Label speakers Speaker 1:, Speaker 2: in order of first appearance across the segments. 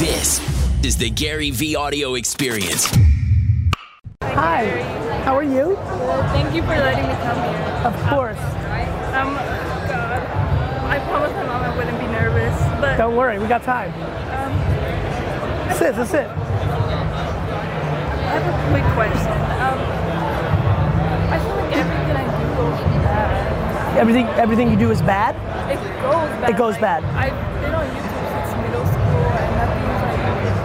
Speaker 1: This is the Gary V audio experience.
Speaker 2: Hi, how are you?
Speaker 3: Thank you for letting me come here.
Speaker 2: Of course.
Speaker 3: Um, God, I promised my mom I wouldn't be nervous, but
Speaker 2: Don't worry, we got time. Sit, sit, sit.
Speaker 3: I have a quick question. Um, I feel like everything I do goes bad.
Speaker 2: Everything, everything you do is bad.
Speaker 3: It goes bad.
Speaker 2: It goes
Speaker 3: Like,
Speaker 2: bad.
Speaker 3: I've been on YouTube since middle school, and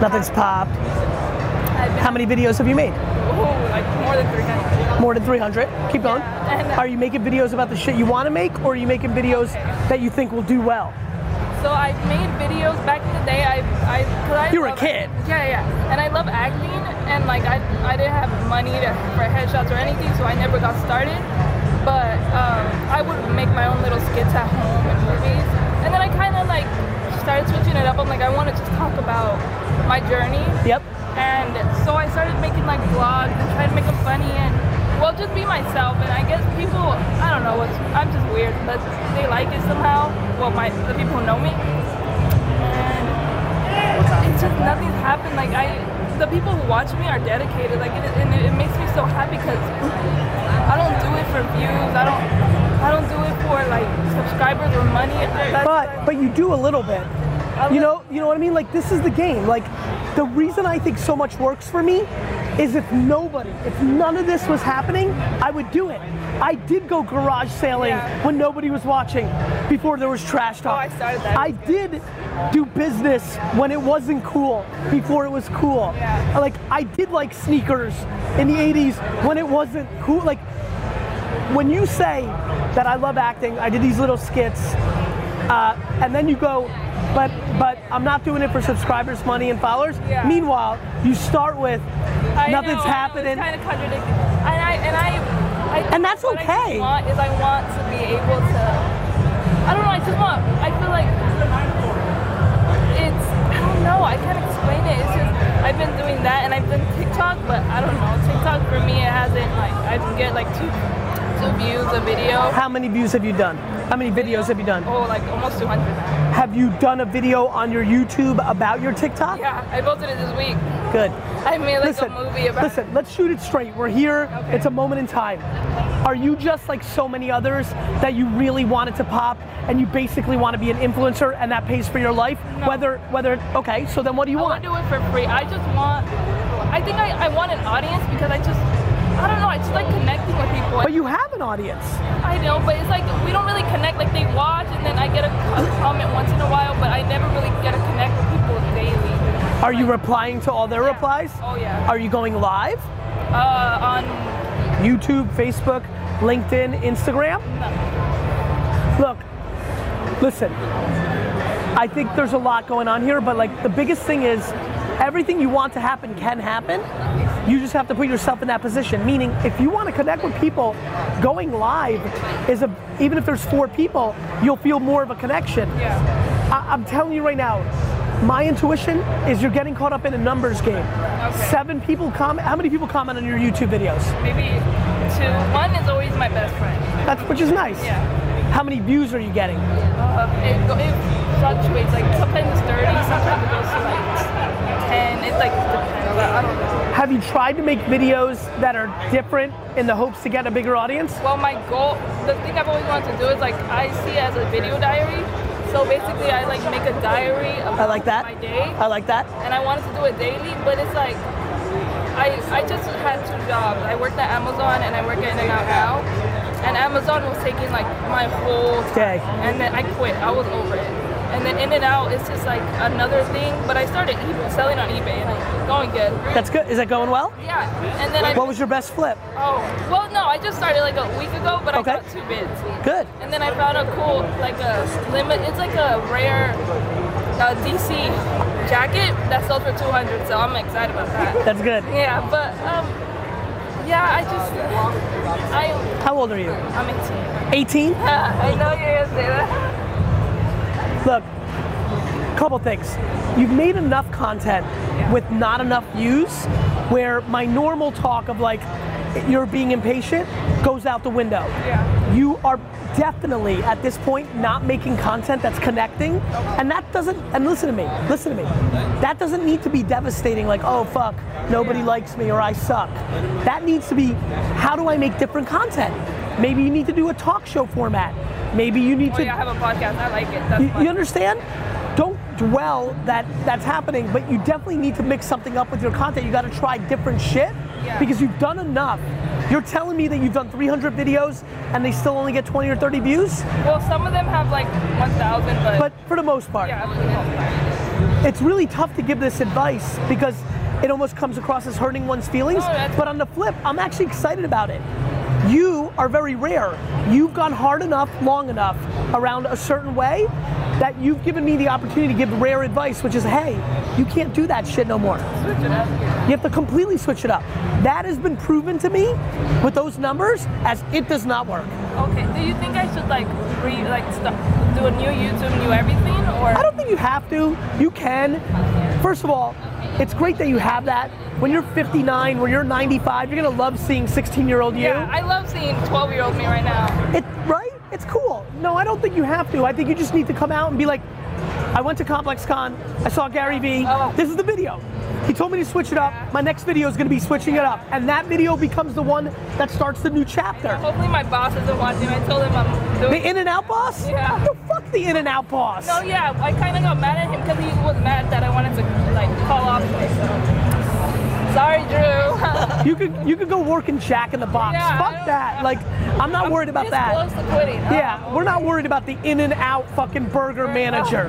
Speaker 3: nothing's like.
Speaker 2: Nothing's popped.
Speaker 3: I've been,
Speaker 2: How many videos have you made?
Speaker 3: Oh, like more than 300.
Speaker 2: More than 300. Keep going.
Speaker 3: Yeah.
Speaker 2: Are you making videos about the shit you want to make, or are you making videos that you think will do well?
Speaker 3: So I made videos back in the day. I, I, cause I
Speaker 2: You were a
Speaker 3: love-
Speaker 2: kid.
Speaker 3: Yeah, yeah. And I love acting, and like I, I didn't have money to, for headshots or anything, so I never got started. But um, I would make my own little skits at home and movies, and then I kind of like started switching it up. I'm like, I want to just talk about my journey,
Speaker 2: Yep.
Speaker 3: and so I started making like vlogs and trying to make them funny and. Well, just be myself, and I guess people, I don't know, what's, I'm just weird, but they like it somehow. Well, my the people who know me, and it's just nothing's happened. Like I, the people who watch me are dedicated. Like it, and it, it makes me so happy because I don't do it for views. I don't, I don't do it for like subscribers or money. That's-
Speaker 2: But but you do a little bit. You know you know what I mean. Like this is the game. Like the reason I think so much works for me is if nobody, if none of this was happening, I would do it. I did go garage sailing
Speaker 3: Yeah. Oh,
Speaker 2: when nobody was watching, before there was trash talk.
Speaker 3: I started that.
Speaker 2: I did do business when it wasn't cool, before it was cool.
Speaker 3: Yeah.
Speaker 2: Like I did like sneakers in the 80s when it wasn't cool. Like when you say that I love acting, I did these little skits, uh, and then you go, but but I'm not doing it for subscribers, money, and followers.
Speaker 3: Yeah.
Speaker 2: Meanwhile, you start with
Speaker 3: I
Speaker 2: nothing's
Speaker 3: know,
Speaker 2: happening.
Speaker 3: It's kind of contradicting. And I and I, I think
Speaker 2: And that's
Speaker 3: what I
Speaker 2: okay.
Speaker 3: just want is I want to be able to. I don't know. I just want. I feel like it's. I don't know. I can't explain it. It's just I've been doing that and I've done TikTok, but I don't know. TikTok for me, it hasn't like I can get like two two views a video.
Speaker 2: how many views have you done? How many videos have you done?
Speaker 3: Oh, like almost 200 now.
Speaker 2: Have you done a video on your YouTube about your TikTok?
Speaker 3: Yeah, I posted it this week.
Speaker 2: Good.
Speaker 3: I made like
Speaker 2: listen,
Speaker 3: a movie about.
Speaker 2: listen, let's shoot it straight. We're here.
Speaker 3: Okay.
Speaker 2: It's a moment in time. Are you just like so many others that you really wanted to pop and you basically want to be an influencer and that pays for your life?
Speaker 3: No.
Speaker 2: Whether whether okay, so then what do you
Speaker 3: I
Speaker 2: want?
Speaker 3: want to do it for free. I just want. I think I, I want an audience because I just. I don't know. I just like connecting with people.
Speaker 2: But you have an audience.
Speaker 3: I know, but it's like we don't really connect. Like they watch, and then I get a, a comment once in a while, but I never really get to connect with people daily.
Speaker 2: Are you replying to all their
Speaker 3: Yeah.
Speaker 2: replies?
Speaker 3: Oh, yeah.
Speaker 2: Are you going live?
Speaker 3: Uh, on
Speaker 2: YouTube, Facebook, LinkedIn, Instagram? Look, listen, I think there's a lot going on here, but like the biggest thing is everything you want to happen can happen. You just have to put yourself in that position. Meaning, if you want to connect with people, going live is a, even if there's four people, you'll feel more of a connection.
Speaker 3: yeah.
Speaker 2: I, I'm telling you right now, my intuition is you're getting caught up in a numbers game. Seven people comment. How many people comment on your YouTube videos?
Speaker 3: Maybe two. One is always my best friend.
Speaker 2: That's which is nice.
Speaker 3: Yeah.
Speaker 2: How many views are you getting?
Speaker 3: Uh, it, go- it fluctuates. Like sometimes it's thirty, sometimes it goes to like ten. It's like depends. I I don't know.
Speaker 2: Have you tried to make videos that are different in the hopes to get a bigger audience?
Speaker 3: Well, my goal, the thing I've always wanted to do is like I see it as a video diary. So basically, I like make a diary of
Speaker 2: I like that.
Speaker 3: my day,
Speaker 2: I like that.
Speaker 3: and I wanted to do it daily. But it's like I I just had two jobs. I worked at Amazon and I work at In-N-Out now. And Amazon was taking like my whole
Speaker 2: Day.
Speaker 3: time, and then I quit. I was over it. And then In-N-Out is just like another thing. But I started eBay, selling on eBay, and like going good.
Speaker 2: That's good. Is that going well?
Speaker 3: yeah. And then I
Speaker 2: What was your best flip?
Speaker 3: oh well no I just started like a week ago, but
Speaker 2: Okay.
Speaker 3: I got two bids.
Speaker 2: Good.
Speaker 3: And then I found a cool, like a limit. It's like a rare uh, DC jacket that sells for 200. So I'm excited about that.
Speaker 2: That's good.
Speaker 3: yeah, but um, yeah, I just I
Speaker 2: How old are you?
Speaker 3: I'm 18.
Speaker 2: 18?
Speaker 3: I know you're gonna say that.
Speaker 2: Look, couple things. You've made enough content with not enough views where my normal talk of like, you're being impatient goes out the window.
Speaker 3: Yeah.
Speaker 2: You are definitely at this point not making content that's connecting, and that doesn't. And listen to me, listen to me. That doesn't need to be devastating. Like, oh fuck, nobody likes me or I suck. That needs to be, how do I make different content? Maybe you need to do a talk show format. Maybe you need
Speaker 3: Oh
Speaker 2: to.
Speaker 3: yeah, I have a podcast. I like it. That's
Speaker 2: You,
Speaker 3: fun.
Speaker 2: you understand? Don't dwell that that's happening, but you definitely need to mix something up with your content. You got to try different shit
Speaker 3: Yeah.
Speaker 2: because you've done enough. You're telling me that you've done 300 videos and they still only get 20 or 30 views,
Speaker 3: Well, some of them have like 1,000, but,
Speaker 2: but for the most part,
Speaker 3: yeah, I wasn't inspired.
Speaker 2: it's really tough to give this advice because it almost comes across as hurting one's feelings.
Speaker 3: No, that's-
Speaker 2: but on the flip, I'm actually excited about it. You are very rare. You've gone hard enough, long enough around a certain way that you've given me the opportunity to give rare advice, which is hey, you can't do that shit no more.
Speaker 3: Switch it up.
Speaker 2: You have to completely switch it up. That has been proven to me with those numbers as it does not work.
Speaker 3: Okay. Do you think I should like re like stop, do a new YouTube, new everything, or
Speaker 2: I don't think you have to. You can. First of all, it's great that you have that. When you're 59, when you're 95, you're gonna love seeing 16-year-old you.
Speaker 3: yeah, I love seeing 12 year old me right now.
Speaker 2: it, right? It's cool. No, I don't think you have to. I think you just need to come out and be like, I went to Complex Con. I saw Gary Vee.
Speaker 3: Oh.
Speaker 2: This is the video. He told me to switch it up. My next video is gonna be switching it up, and that video becomes the one that starts the new chapter.
Speaker 3: Hopefully my boss isn't watching. I told him I'm doing.
Speaker 2: The In and Out boss?
Speaker 3: Yeah.
Speaker 2: No, fuck the In and Out boss.
Speaker 3: Oh yeah, I kind of got mad at him because he was mad that I wanted to like call off. So. Sorry, Drew.
Speaker 2: You could you could go work in Jack in the Box.
Speaker 3: Yeah, I
Speaker 2: Fuck
Speaker 3: don't-
Speaker 2: that. Like I'm not
Speaker 3: I'm
Speaker 2: worried about
Speaker 3: just
Speaker 2: that.
Speaker 3: Close to quitting.
Speaker 2: Yeah, we're not worried about the in and out fucking burger manager.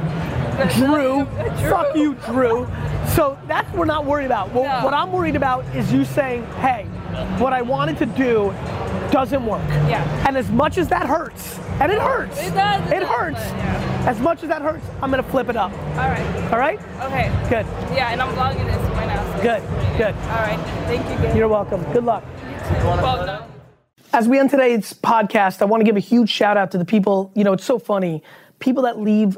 Speaker 3: Good.
Speaker 2: Drew,
Speaker 3: Drew.
Speaker 2: fuck you, Drew. So that's what we're not worried about. What,
Speaker 3: No.
Speaker 2: what I'm worried about is you saying, hey, what I wanted to do doesn't work.
Speaker 3: Yeah.
Speaker 2: And as much as that hurts, and it hurts,
Speaker 3: It does, it
Speaker 2: it
Speaker 3: does,
Speaker 2: hurts.
Speaker 3: but yeah.
Speaker 2: As much as that hurts, I'm gonna flip it up.
Speaker 3: All right.
Speaker 2: All right?
Speaker 3: Okay.
Speaker 2: Good,
Speaker 3: Yeah, and I'm vlogging this right now. So
Speaker 2: good, good.
Speaker 3: All right. Thank you. Guys.
Speaker 2: You're welcome. Good luck.
Speaker 3: Well, no.
Speaker 2: as we end today's podcast, I want to give a huge shout out to the people. You know, it's so funny. People that leave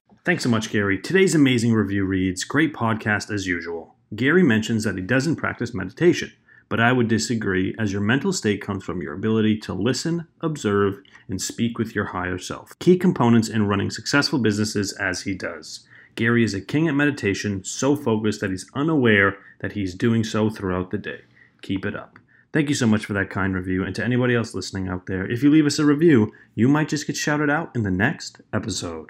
Speaker 4: Thanks so much, Gary. Today's amazing review reads Great podcast as usual. Gary mentions that he doesn't practice meditation, but I would disagree, as your mental state comes from your ability to listen, observe, and speak with your higher self. Key components in running successful businesses as he does. Gary is a king at meditation, so focused that he's unaware that he's doing so throughout the day. Keep it up. Thank you so much for that kind review, and to anybody else listening out there, if you leave us a review, you might just get shouted out in the next episode.